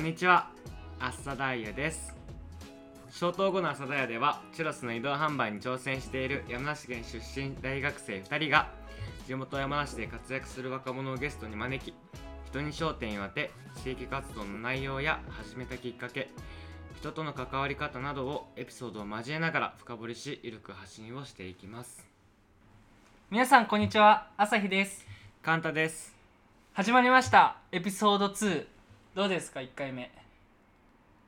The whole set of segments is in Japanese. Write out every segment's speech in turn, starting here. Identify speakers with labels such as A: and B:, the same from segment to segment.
A: んにちはアッサダイヤです消灯後の朝ダイヤではチュロスの移動販売に挑戦している山梨県出身大学生2人が地元山梨で活躍する若者をゲストに招き人に焦点を当て地域活動の内容や始めたきっかけ人との関わり方などをエピソードを交えながら深掘りしゆるく発信をしていきます
B: 皆さんこんにちは朝日です
A: カンタです
B: 始まりましたエピソード2どうですか1回目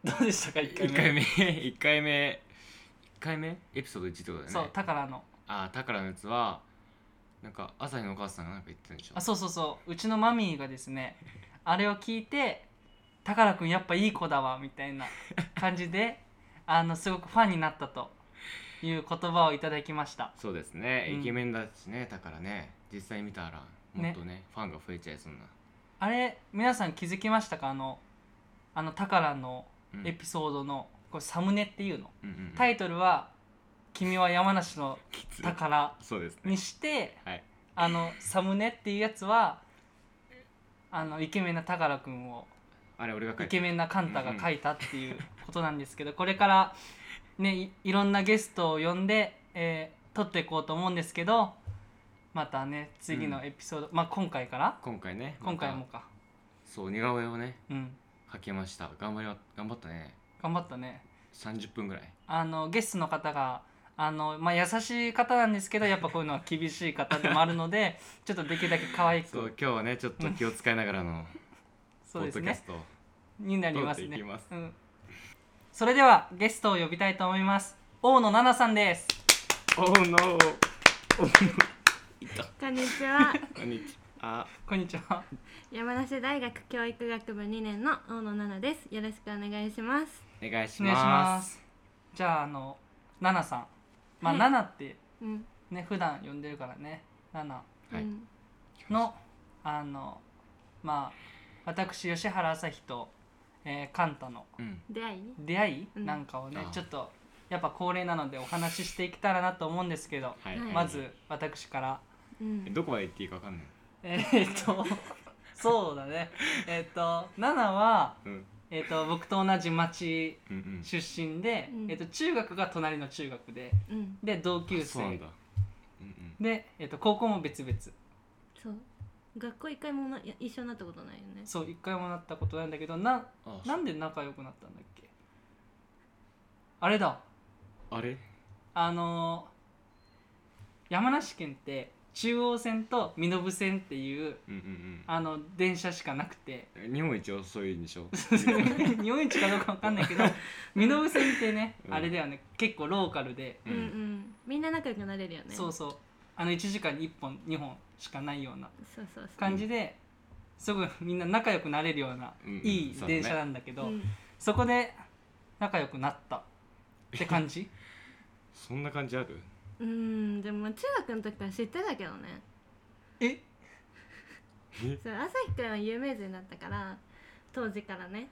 B: どうでしたか1回
A: 1
B: 目
A: 回目1回目1回目エピソード1ってことだよね
B: そう宝の
A: ああ宝のやつはなんか朝日のお母さんがなんか言ってたでしょ
B: あそうそうそううちのマミーがです ねあれを聞いて宝くんやっぱいい子だわみたいな感じ であのすごくファンになったという言葉をいただきました
A: そうですね、
B: うん
A: イケメンだしねだからね実際見たらもっとねファンが増えちゃいそうな、
B: あれ皆さん気づきましたかあのあの宝の
A: うん
B: エピソードのこれサムネっていうの
A: うんうんうん
B: タイトルは「君は山梨の
A: きつい
B: 宝」
A: そうですね
B: にして、
A: はい
B: あのサムネっていうやつはあのイケメンな宝くんを
A: あれ俺が書
B: イ
A: いて
B: ケメンなカンタが書いたっていうことなんですけどこれからねいいろんなゲストを呼んで、えー撮っていこうと思うんですけどまたね次のエピソード、まあ今回から
A: 今回ね
B: 今回
A: ま
B: も
A: た
B: か、
A: そう似顔絵をね
B: うん
A: 描けました頑張りま頑張ったね
B: 頑張ったね
A: 30分ぐらい
B: あのゲストの方があの、まあ、優しい方なんですけどやっぱこういうのは厳しい方でもあるのでちょっとできるだけ可愛く
A: そう今日はねちょっと気を使いながらのポ
B: そう
A: ッ
B: です
A: ドキャ
B: ね
A: ストを
B: になり
A: 撮
B: ま
A: っ
B: す
A: てい
B: ね
A: きます
B: うん、それではゲストを呼びたいと思います大野奈々さんです
A: おうの
C: こんにちは
A: こんにちは
B: こんにちは
C: 山梨大学教育学部2年の大野奈々ですよろしくお願いします
A: お願いし
B: お願いしま
A: ますす
B: じゃああの奈々さんまあ、
C: はい
B: 奈々って
C: うん、
B: ね普段呼んでるからね奈
A: はい
C: うん
B: 々のあのまあ私吉原朝日と、えー、カンタの
A: うん
C: 出会い
B: 出会い、
C: うん
B: なんかをね
A: ああ
B: ちょっとやっぱ恒例なのでお話ししていけたらなと思うんですけど、
A: はい、
C: はい
B: まず私から
C: うん
A: どこまで行っていいかわかんない
B: えーっと そうだねえーっと奈々は
A: うん
B: えー、と僕と同じ町
A: うんうん
B: 出身で、
C: うん
B: えー、と中学が隣の中学で
C: うん
B: で同級
A: あそうなん
B: 生
A: だうん
B: で、えー、と高校も別々
C: そう学校一回もないや一緒になったことないよね
B: そう一回もなったことないんだけどな
A: うんあ
B: なんで仲良くなったんだっけあれだ
A: あれ
B: あのー山梨県って中央線と身延線っていう
A: うんうん
B: あの電車しかなくて
A: うん日本一遅いんでし ょ
B: 日本一かどうかわかんないけど身延線ってね、
A: うん
B: あれだよね結構ローカルで
C: うんうんみんな仲良くなれるよね
B: そう
C: そ
B: そうあの1時間に1本2本しかないような
C: うそうそう
B: 感じで、すごいみんな仲良くなれるような、
A: うんうん
B: いい
A: そうだね
B: 電車なんだけどそ
C: うん
B: こで仲良くなったって感じ
A: そんな感じある
C: うんでも中学の時から知ってたけどね
B: え
C: そう朝日くんは有名人だったから当時からね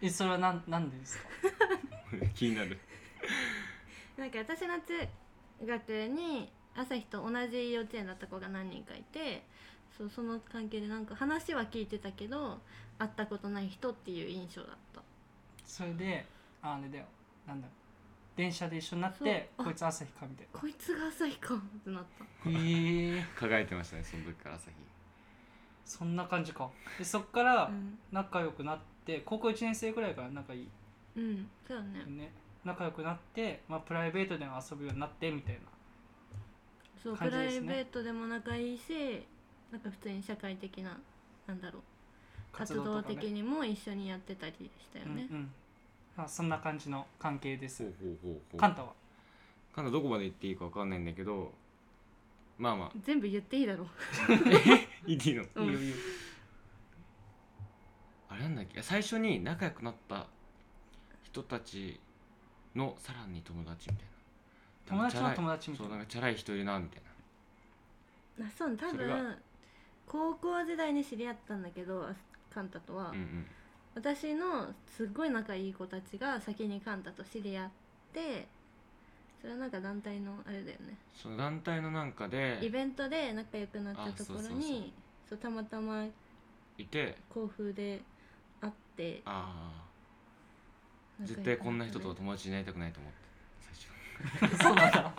B: えそれはなんなんでですか
A: 気になる
C: なんか私の中学に朝日と同じ幼稚園だった子が何人かいてそうその関係でなんか話は聞いてたけど会ったことない人っていう印象だった
B: それでああれだよなんだろう電車で一緒になっ
C: そう
B: て
C: あ
B: こいつ朝日かみたい
C: こいつが朝日かってなった
B: なへえ
A: 輝いてましたねその時から朝日
B: そんな感じかでそっから
C: うん、
B: 仲良くなって高校1年生ぐらいから仲いい
C: うん、そうだね
B: ね仲良くなって、まあ、プライベートでも遊ぶようになってみたいな
C: そう、
B: 感
C: プ
B: じ
C: ラ
B: です
C: イ
B: ね
C: ベートでも仲いいしなんか普通に社会的ななんだろう活動
B: とかね
C: 的にも一緒にやってたりしたよね
B: うんうんまあ、そんな感じの関係です
A: ほうほうほうほう
B: カンタは
A: カンタどこまで行っていいかわかんないんだけどまあまあ
C: 全部言っていいだろう
A: いいの
C: うん
B: いいよいいよ
A: あれなんだっけ最初に仲良くなった人たちのさらに友達みたいな
B: 友達の友達みた
A: そ
B: いうな
A: なんかチャラい人いるなみたいな
C: あそう多
A: それが
C: 分高校時代に知り合ったんだけどカンタとは、
A: うんうん
C: 私のすっごい仲いい子たちが先にカンタと知り合ってそれはなんか団体のあれだよね
A: その団体のなんか
C: イ
A: で
C: ベントで仲良くなったところ
A: あそうそうそう
C: にそうたまたま
A: いて
C: 甲府で会っって
A: ああ
C: 仲良
A: 絶
C: く
A: 対こんな人と
C: っ
A: 友達になりたくないと思って最初
B: そうなんだ
C: た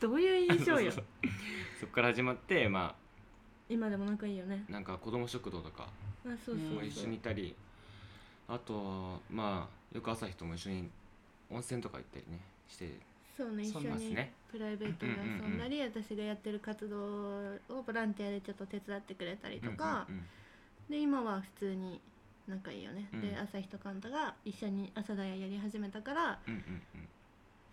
C: どういう印象よ
A: そうそうそっから始まってま
C: 今でも仲いいよね
A: あなんか子供食堂とか
C: あそうそう
B: うん
A: も一緒にいたりあとはまあよく朝日とも一緒に温泉とか行ったりねして
C: そうね一
B: そ
C: 緒
B: んな
A: です
C: に
A: ね
C: プライベートで遊んだり私がやってる活動をボランティアでちょっと手伝ってくれたりとか
A: うんうんうん
C: で今は普通に仲いいよね
A: うん
C: で朝日とカンタが一緒に朝だややり始めたから
A: うんうんうん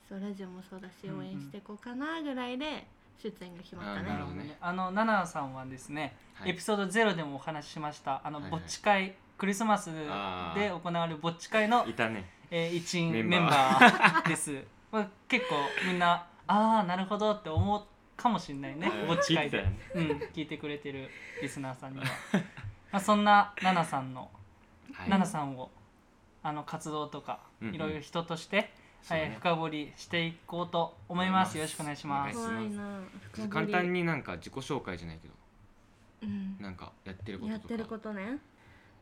C: そうラジオもそうだ
B: う
C: し
B: んうん
C: 応援していこうかなぐらいで出演が決まった
A: あーな
B: な
A: る
B: る
A: ほ
B: ほ
A: ど
B: ど
A: ね
B: ね。あのナナさんはですね、
A: はい
B: エピソードゼロでもお話ししましたあの、
A: はいはい
B: ぼっち会クリスマスで
A: あー
B: 行われるぼっち会の
A: い、たね
B: えー一員
A: メ
B: メ
A: ン
B: ン
A: バー
B: バーです。 まあ、結構みんなああなるほどって思うかもしれないねぼっち
A: 聞
B: 会
A: いてたよ
B: で、
A: ね
B: うん、聞いてくれてるリスナー さんには。まあ、そんなナナさんの、
A: はい
B: ナナさんをあの活動とか、
A: うんうん
B: いろいろ人として、
A: そう
B: え
A: ね
B: ー深掘りしていこうと思います。よろしくお願いしま
A: お願い
B: す。
A: し
C: 怖いな
A: ちょっと簡単
C: に、
A: になんか自己紹介じゃないけど
C: うん
A: なんかやってることと
C: やっ
A: か
C: てることね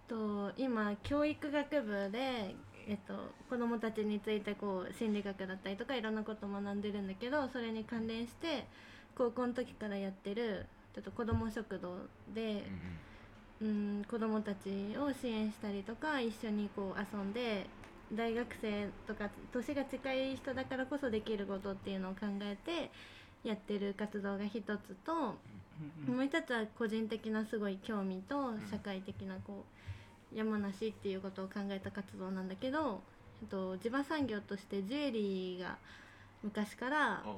C: と今教育学部で、えっと、子どもたちについてこう心理学だったりとかいろんなこと学んでるんだけどそれに関連して高校の時からやってるちょっと子ども食堂で
A: うん、うん
C: うん、子どもたちを支援したりとか一緒にこう遊んで大学生とか年が近い人だからこそできることっていうのを考えてやってる活動が一つと、
B: うんうん
C: もう一つは個人的なすごい興味と
A: ん
C: 社会的なこう山梨っていうことを考えた活動なんだけどえっと地場産業としてジュエリーが昔から
A: おう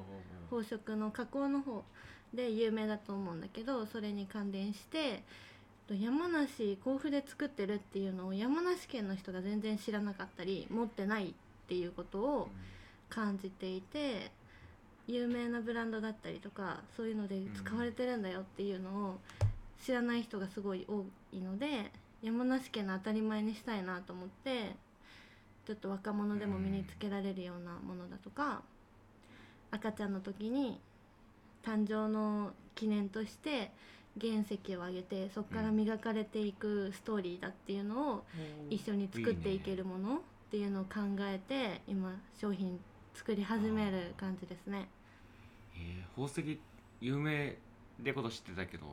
A: おうおう
C: 宝飾の加工の方で有名だと思うんだけどそれに関連してえっと山梨甲府で作ってるっていうのを山梨県の人が全然知らなかったり持ってないっていうことを感じていて有名なブランドだったりとかそういうので使われてるんだよっていうのを知らない人がすごい多いので山梨県の当たり前にしたいなと思ってちょっと若者でも身につけられるようなものだとか赤ちゃんの時に誕生の記念として原石をあげてそこから磨かれていくストーリーだっていうのを一緒に作っていけるものっていうのを考えて今商品作り始める感じですね
A: えー宝石有名でこと知ってたけど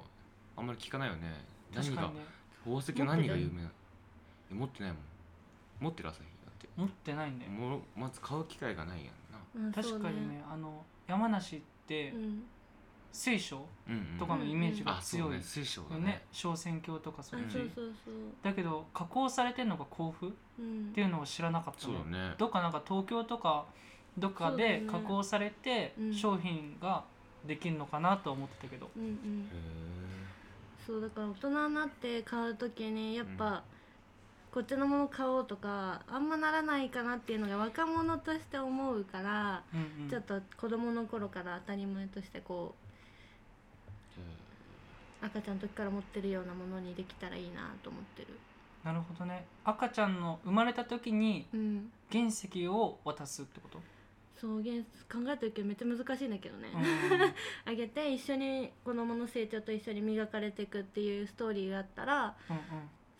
A: あんまり聞かないよね
B: 確
A: 何
B: か
A: が
B: にね
A: 宝石は何が有名なのえ持ってないもん持ってる朝日だって
B: 持ってないんだよ
A: もうまず買う機会がないやんな
C: うん
B: 確かにねあの山梨って
C: そうね
B: 聖書
A: うんうん
B: とかのイメージが
A: あそう
B: 強い
A: ね
B: よ
A: 水晶だね
B: ね小選挙とか
C: う
B: そ
C: ん
B: うい
C: あ
B: う
C: そ
A: ん
C: うそうそう
B: だけど加工されてるのが甲府っ
C: うん
B: ていうのを知らなかった
A: そう
B: ね
A: だね
B: どっかなんか東京とかどっかで
C: そうだ
B: 加
C: ね
B: 工されて
C: うん
B: 商品ができるのかなと思ってたけど
C: うんうん
A: へー
C: そうだから大人になって買う時にやっぱこっちのもの買おうとかあんまならないかなっていうのが若者として思うから
B: うんうん
C: ちょっと子供の頃から当たり前としてこう赤ちゃんの時から持ってるようなものにできたらいいなと思ってる
B: なるほどね赤ちゃんの生まれた時に
C: うん
B: 原石を渡すってこと
C: そう現考えてるけどめっちゃ難しいんだけどね、
B: うん
C: あげて一緒に子供の成長と一緒に磨かれていくっていうストーリーがあったら
B: うん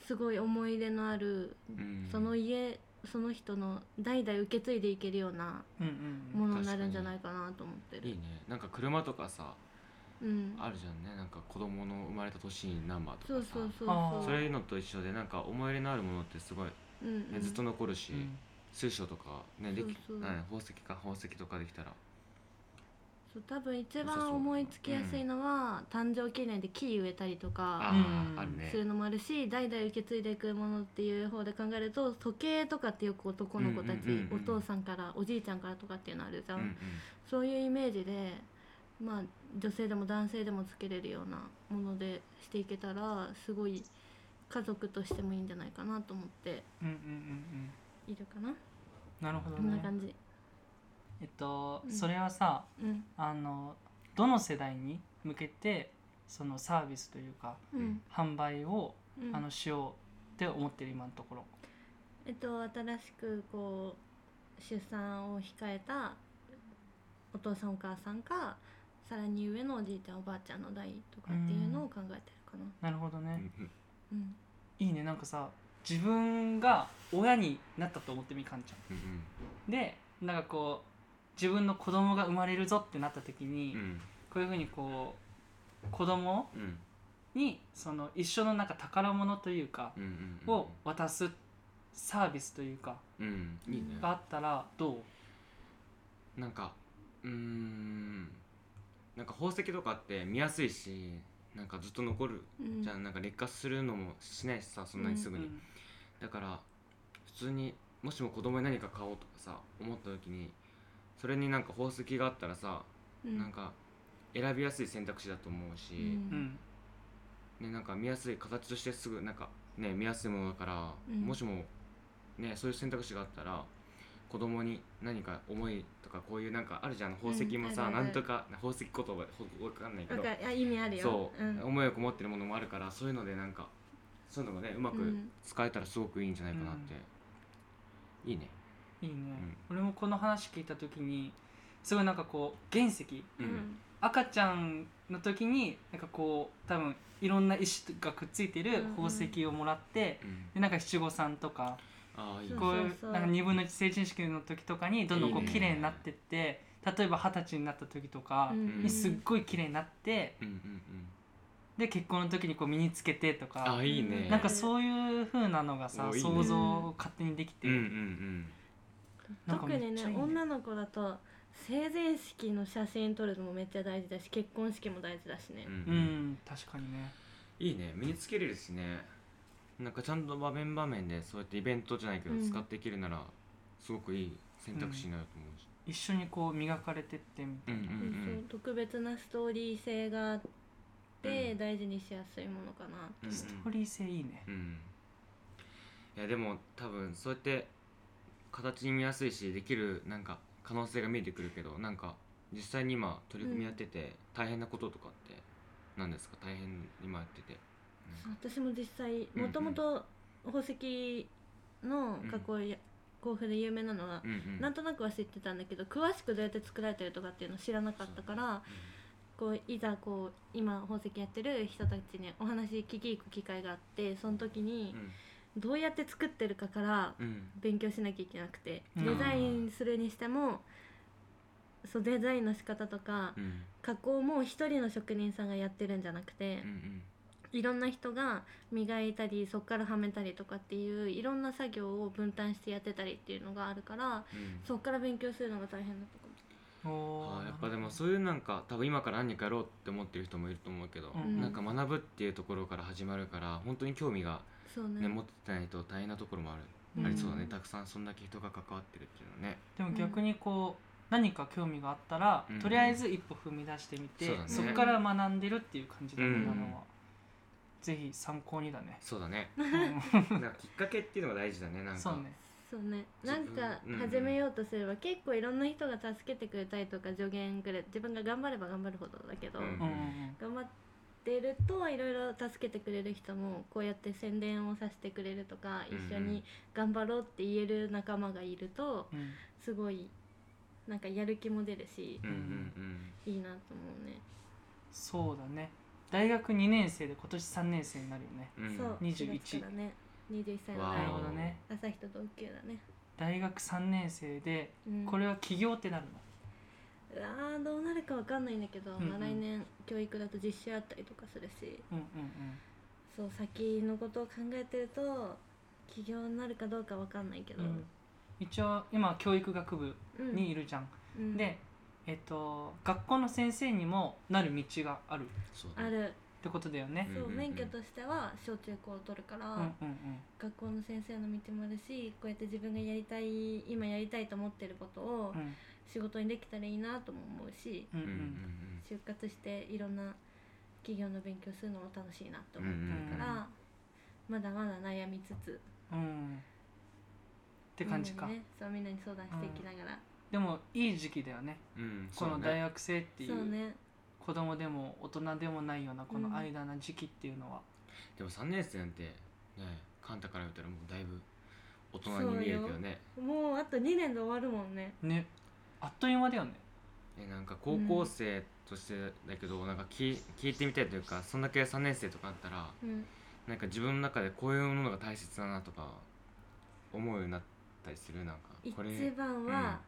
C: すごい思い出のある、
A: うん
C: その家その人の代々受け継いでいけるような
B: うんうんうん
C: ものになるんじゃないかなと思って
A: いい
C: る
A: ねなんか車とかさ
C: うん
A: あるじゃんねなんか子供の生まれた年にナンバーとかさ
C: そうそうそう
B: あー
A: そういうのと一緒でなんか思い入れのあるものってすごい、ね
C: うんうん
A: ずっと残るし、
B: うん
A: 水晶とかねでき
C: そうそう
A: なんや宝石か宝石とかできたら
C: そう多分一
A: 良さそう
C: 番思いつきやすいのは、誕生記念で木植えたりと
A: あ
C: か
A: ー、
B: うん
A: あるね
C: するのもあるし代々受け継いでいくものっていう方で考えると時計とかってよく男の子たち、
A: うんうんうんうん
C: お父さんからおじいちゃんからとかっていうのあるじゃん、
A: うんうん
C: そういうイメージでまあ女性でも男性でもつけれるようなものでしていけたらすごい家族としてもいいんじゃないかなと思って
B: うんうんうんうん
C: いるかな
B: なるほど
C: こんな
B: ね
C: 感じ、
B: えっと
C: うん
B: それはさ
C: うん
B: あのどの世代に向けてそのサービスというか
C: うん
B: 販売を、
C: うん、
B: あのしようって思ってる今のところ
C: えっと新しくこう出産を控えたお父さんお母さんかさらに上のおじいちゃんおばあちゃんの代とかっていうのを考えてるかな、
B: なるほど
A: うんう
B: ね、
A: ん
C: うん
B: いいねなんかさ自分が親になったと思ってみかんちゃん
A: うん
B: でなんかこう自分の子供が生まれるぞってなった時に、
A: うん
B: こういうふうにこう子供
A: うん
B: にその一緒のなんか宝物というか
A: うんうんうん
B: を渡すサービスというか
A: うんいいね
B: があったらどう
A: なんかうーんなんか宝石とかって見やすいしなんかずっと残る
C: うん
A: じゃあなんか劣化するのもしないしさそんなにすぐに、
B: うん
A: だから普通にもしも子供に何か買おうとかさ思った時にそれになんか宝石があったらさ、
C: うん
A: なんか選びやすい選択肢だと思うし、
C: うん
B: うん
A: ね、なんか見やすい形としてすぐなんかね見やすいものだから、
C: うん
A: もしもねそういう選択肢があったら子供に何か思いとかこういうなんかあるじゃん宝石もさ、
C: うんある
A: な
C: ある
A: んとか宝石言葉ほわかんないけ
C: わ
A: ど
C: かあ意味あるよ
A: そう、
C: ん
A: 思いをこもってるものもあるからそういうのでなんかそういうのがねうま
C: う
A: く
C: ん
A: 使えたらすごくいいんじゃないかなって、いいね
B: いいね、俺もこの話聞いた時にすごいなんかこう原石
A: う
C: うんん
B: 赤ちゃんの時になんかこう多分いろんな石がくっついてる宝石をもらって、
A: うん、
B: でなんか七五三とか
A: ああいいね
C: そう
B: こういう
C: そう
B: なんか2分の1成人式の時とかにどんどんこ
A: いういね
B: 綺麗になってって例えば二十歳になった時とか
C: うん
B: にすっごい綺麗になって
A: うんうんうん
B: で結婚の時にこう身につけてと
A: あ
B: か
A: あいいね
B: なんかそういう風なのがさ
A: おいいね
B: 想像を勝手にできて
A: うんうんうん
B: なんか
C: 特
B: めっちゃいい
C: に
B: ね
C: ね女の子だと成人式の写真撮るのもめっちゃ大事だし結婚式も大事だしね
A: うん、
B: う
A: うん
B: ん確かにね
A: いいね身につけれるしねなんかちゃんと場面場面でそうやってイベントじゃないけど
C: うん
A: 使っていけるならすごくいい選択肢になると思うし、
B: 一緒にこう磨かれてってみた
A: う
B: い
A: ん、う
B: なん
A: う
C: そうんそう特別なストーリー性があっ
A: う
C: て
A: ん
C: 大事にしやすいものかな
A: うん
B: ストーリー性いいね
A: うんいやでも多分そうやって形に見やすいしできるなんか可能性が見えてくるけどなんか実際に今取り組みやってて大変なこととかって何ですか大変今やってて
C: そう私も実際
A: うん
C: もともと宝石の加工や甲府で有名なのは
A: うんうん
C: なんとなくは知ってたんだけど詳しくどうやって作られてるとかっていうの知らなかったからこういざこう今宝石やってる人たちにお話聞き行く機会があってその時にどうやって作ってるかから
A: うんうん
C: 勉強しなきゃいけなくて
B: うん
C: デザインするにしてもそうデザインの仕方とか
A: うんうん
C: 加工も一人の職人さんがやってるんじゃなくて
A: うんうん
C: いろんな人が磨いたりそこからはめたりとかっていういろんな作業を分担してやってたりっていうのがあるから
A: うん
C: そこから勉強するのが大変だったかも。
B: お
A: あ
B: ー
A: ーやっぱでもそういうなんか多分今から何かやろうって思ってる人もいると思うけど、
B: うん
A: なんか学ぶっていうところから始まるから本当に興味が、
C: そうね
A: ね持ってないと大変なところもある、
B: うん
A: ありそうだねたくさんそんだけ人が関わってるっていうのはね
B: でも逆にこう何か興味があったら、
A: うん
B: とりあえず一歩踏み出してみて
A: そうだね
B: そこ、から学んでるっていう感じだね、
A: うん
B: 今のはぜひ参考にだね
A: そうだ ね
B: うん
A: なんかきっかけっていうのが大事だねなんか
B: そうね
C: そうね
A: 自
C: なん
A: 分
C: か
A: うん
C: 始めようとすれば結構いろんな人が助けてくれたりとか助言くれ自分が頑張れば頑張るほどだけど、
A: うん
B: うんうん
C: 頑張ってるといろいろ助けてくれる人もこうやって宣伝をさせてくれるとか
A: うんうん
C: 一緒に頑張ろうって言える仲間がいると
B: うん
C: すごいなんかやる気も出るし
A: うんうん
C: いいなと思うね。
B: そうだね大学2年生で今年3年生になるよね
A: うんうん
C: そう
B: 21
C: 4月からね21歳の
A: わお
B: なるほどね
C: 朝日と同級だね、
B: 大学3年生で
C: うん
B: これは起業ってなるの
C: うわーどうなるかわかんないんだけど、
B: うんう
C: まあ、
B: ん
C: 来年教育だと実習あったりとかするし
B: うんう
C: そう先のことを考えてると起業になるかどうかわかんないけど、
B: んうん、うん、一応今教育学部
C: うん
B: にいるじゃん、
C: うん
B: でえっと学校の先生にもなる道があるっ
A: そうだ
C: あ
A: ね
C: る、
B: てことだよね、
C: そう
A: うんうんうん
C: 免許としては小中高を取るから、
B: うんうん
C: 学校の先生の道もあるしこうやって自分がやりたい今やりたいと思ってることを
B: うん
C: 仕事にできたらいいなとも思うし、
B: うんう
A: うんうん
B: ん
C: 就活していろんな企業の勉強するのも楽しいなと
A: うんうんう
C: 思っ
A: ん
C: たから、まだまだ悩みつつっ
B: うんって感じか、
C: ね、そうみんなに相談していきながら、
B: でもいい時期だよね
A: うんうん
B: この大学生ってい
C: そう
B: う
C: ね
B: 子供でも大人でもないようなこ
C: うん
B: の間な時期っていうのは、
A: でも3年生なんてねカンタから見たらもうだいぶ大人に見えるけどね
C: もうあと2年で終わるもんね
B: ねあっという間だよね
A: えなんか高校生としてだけど、なんか聞い聞いてみたいというかそんだけ3年生とかあったら
C: うん
A: なんか自分の中でこういうものが大切だなとか思うようになったりするなんか
C: 一
A: これ
C: 番は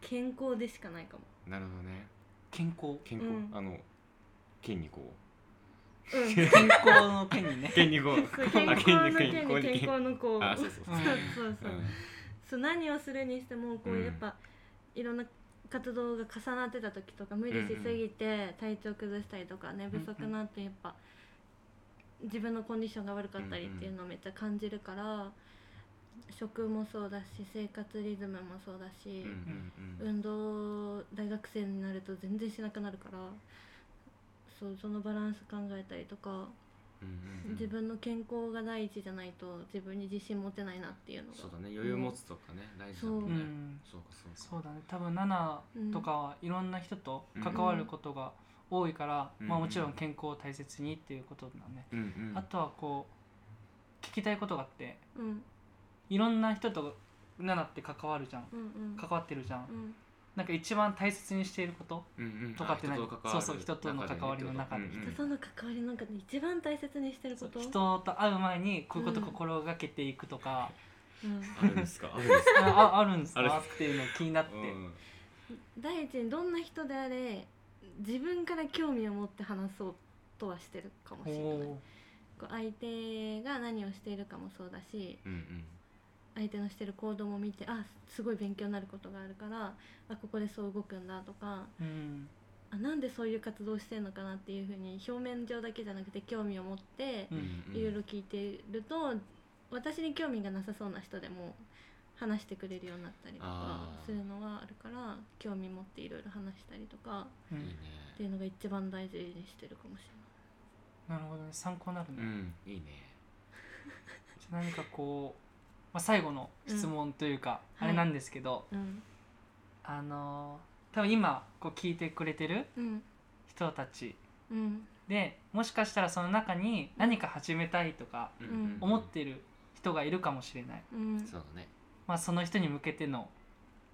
C: 健康でしかないかも、
A: なるほどね
B: 健康
A: 健康、
C: うん
A: あの筋肉を 、
C: うん、
B: 健康の件 にね
A: 筋肉を
C: そう健康の件に健康の子を
A: あそうそう
B: う
A: そ
B: ん
A: う、
C: そうそううんそう何をするにしても
A: う
C: こうんやっぱ、いろんな活動が重なってた時とか無理しすぎて体調崩したりとか寝不足になってやっぱ自分のコンディションが悪かったりっていうのをめっちゃ感じるから食もそうだし生活リズムもそうだし
A: うん、うんうん
C: 運動大学生になると全然しなくなるからそうそのバランス考えたりとか
A: うんうん
C: 自分の健康が第一じゃないと自分に自信持てないなっていうのが
A: そうだね余裕持つとかね大事だも
B: うん
A: ね
B: ん、
A: そうかそうか
B: そうだね多分ナナとかはいろんな人と関わることが多いから、
A: うん
B: まあ、もちろん健康を大切にっていうことだね、
A: うんうん
B: あとはこう聞きたいことがあって
C: うん
B: いろんな人とナナって関わるじゃん
C: うんうん
B: 関わってるじゃん
C: うん
B: なんか一番大切にしていること
A: うんうん
B: とかって何
A: あ人関わる
B: そうそう人との関わりの中で
A: うんうん
C: 人との関わりなんかで一番大切にしてること
B: 人と会う前にこういうこと心がけていくと か、
C: うん
A: あるんですかあるんですか
B: あああるんです
A: ある
B: かっていうの気になって、
A: うん
C: 第一にどんな人であれ自分から興味を持って話そうとはしてるかもし
B: お
C: れない
B: お
C: こう相手が何をしているかもそうだし
A: うんうん
C: 相手のしてる行動も見てあすごい勉強になることがあるからあここでそう動くんだとか
B: ー、うん
C: あなんでそういう活動してるのかなっていうふうに表面上だけじゃなくて興味を持って
B: うん
A: うん
C: いろいろ聞いてると私に興味がなさそうな人でも話してくれるようになったりとか
A: あー
C: するのはあるから興味持っていろいろ話したりとか
B: う
A: いい
B: ん
A: ね
C: っていうのが一番大事にしてるかもし
B: なるほどね参考になるね、
A: うんいいね
B: じゃあ何かこう、まあ、最後の質問というか、
C: うん
B: あれなんですけど、
C: れない。うん
B: あのー多分今こう聞いてくれてる
C: うん
B: 人たち
C: うん
B: でもしかしたらその中に何か始めたいとか
A: うんうん
B: 思ってる人がいるかもしれない、
C: うん
A: そうだね
B: まあ、その人に向けての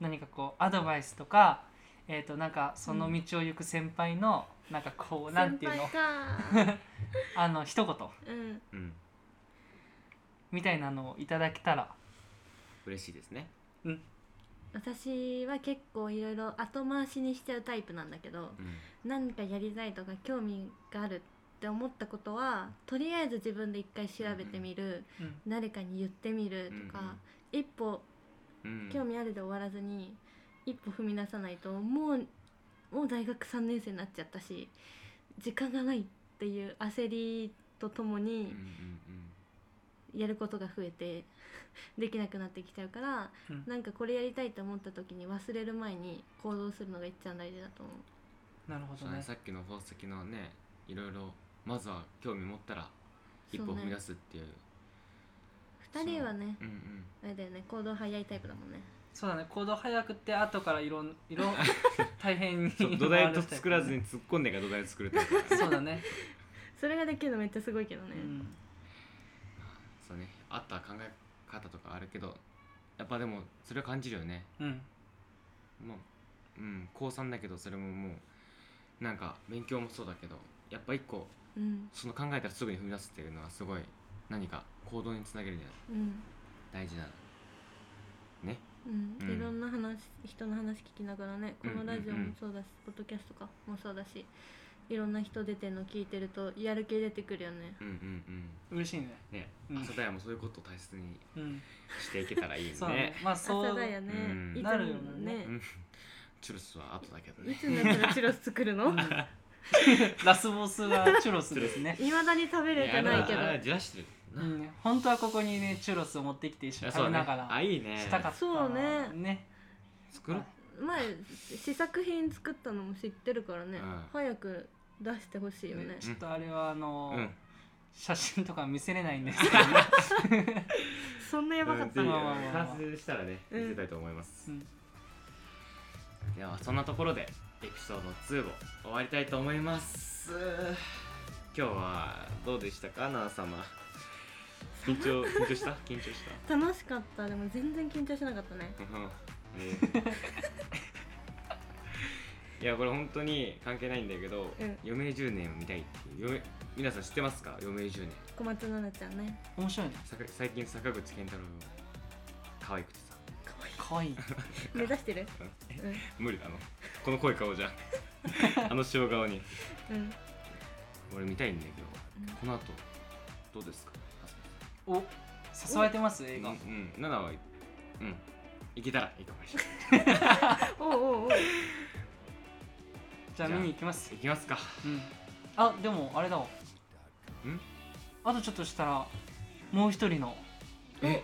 B: 何かこうアドバイスとか、えー、となんかその道を行く先輩のなんかこうなんていうの
C: 先輩か
B: あの一言
C: うん
A: うん
B: みたいなのをいただけたら
A: 嬉しいですね
C: 私は結構いろいろ後回しにしちゃうタイプなんだけど
A: うん
C: 何かやりたいとか興味があるって思ったことはとりあえず自分で一回調べてみる
B: うん
C: 誰かに言ってみるとか一歩
A: うん
C: 興味あるで終わらずに一歩踏み出さないともうもう大学3年生になっちゃったし時間がないっていう焦りととも
A: うん
C: に
A: うん
C: やることが増えてできなくなってきちゃうから
B: うん
C: なんかこれやりたいと思った時に忘れる前に行動するのが一番大事だと思
B: なるほ
A: そ
B: ど
A: うね
B: ね
A: さっきの宝石のねいろいろまずは興味持ったら
C: う
A: 一
C: そう
A: 歩踏み
C: ね
A: 出すっていう
C: 2人はね
A: うんうん
C: あれだよね行動早いタイプだもんね
B: そうだね行動早くって後からいろんいろん大変 に
A: そう土台
B: 回
A: と
B: るタイ
A: 作
B: プ
A: らずに突っ込んでから土台を作るってことだから
B: そうだね、
C: それができるのめっちゃすごいけどね
B: う、ん、
A: そうねあった考え方とかあるけどやっぱでもそれを感じるよね
B: うん、
A: もううん高3だけどそれももうなんか勉強もそうだけどやっぱ一個
C: うん
A: その考えたらすぐに踏み出すっていうのはすごい何か行動につなげるには
C: うん
A: 大事なね
C: うん
A: うん
C: いろんな話人の話聞きながらねこ
A: う
C: の
A: んうんうん
C: ラジオもそうだし、ポッドキャストとかもそうだしいろんな人出てんの聞いてるとやる気出てくるよね
A: うんうんうん
B: 嬉しいね、
A: ね、
B: うん
A: 朝だよもそういうことを大切に
B: うん、
A: していけたらいい
B: そうだね
A: ね。
B: まあそう
C: 朝だよね、
A: うん
C: いつも
B: なるよね
A: うんチュルスは後だけど
C: い
A: ね。
C: つになったらチュロス作るの
B: ラスボスはチュロスで すね、
C: いまだに食べれてないけど
A: やあれはじらしてる。
B: う
A: い
B: ん、本当はここにねチュロスを持ってきて一緒
A: や
B: に
A: そ
B: 食
A: う
B: べ
A: だ
B: な
A: ね
B: が
A: あ
B: ら
A: いいね。
B: したかった
C: そうね
B: ね
A: 作る。
C: 前試作品作ったのも知ってるからね、
A: うん
C: 早く出してほしいよね
B: ねちょっとあれはあ
A: う
B: の、
A: ん。
B: 写真とか見せれないん ですけどね、
C: そんなやばかった
A: うん
C: の、
A: ぜ
B: まあまあまあ
A: ひ
B: まあ
A: 完成したらね
C: う
A: 見
C: ん
A: せたいと思います。
B: うん
A: ではそんなところでエピソード2を終わりたいと思います。今日はどうでしたか、ナナ様。緊 張緊張した？緊張した。
C: 楽しかったでも全然緊張しなかったね
A: うんえー いやこれ本当に関係ないんだけど、
C: うん
A: 余命10年を見たいっていう余命皆さん知ってますか余命10年
C: 小松菜奈ちゃんね
B: 面白いね
A: さか最近坂口健太郎が可愛くてさ
B: 可愛い
C: 目指してる
A: 無理だのこの濃い顔じゃ あの塩顔に
C: うん、うん、
A: 俺見たいんだ
C: うん
A: けどこの後どうですかあす
B: お誘われてます映
A: い
B: 画、
A: ませんうんうん奈々はうんいけたらいいかもしれない
C: おうおうおう
B: じゃあ見に行きます
A: いきますか
B: うんあでもあれだわ
A: ん
B: あとちょっとしたらもう一人の
A: え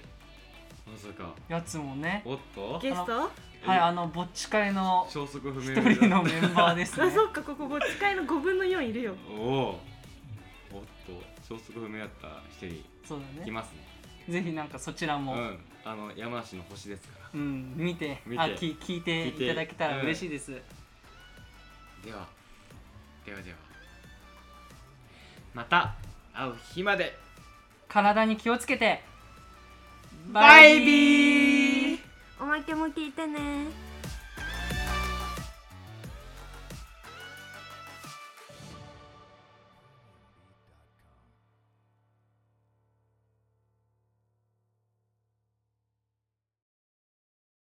A: まさか
B: やつもね
A: おっと
C: ゲスト
B: はいあのぼっち会の
A: 消息不
B: 一
A: 明
B: 人のメンバーです
C: あ
B: ね
C: そっかここ5近いの5分の4いるよ
A: おおおっと消息不明だった一人
B: そうだ
A: い
B: ね
A: ますね
B: ぜひなんかそちら
A: う
B: も、
A: んあの山梨の星ですから
B: うん、見て
A: 見て
B: あき聞いて
A: 聞
B: い
A: いて
B: ただけたら嬉しいです、
A: ではではではまた会う日まで
B: 体に気をつけて
A: バイビー
C: おまけも聞いてね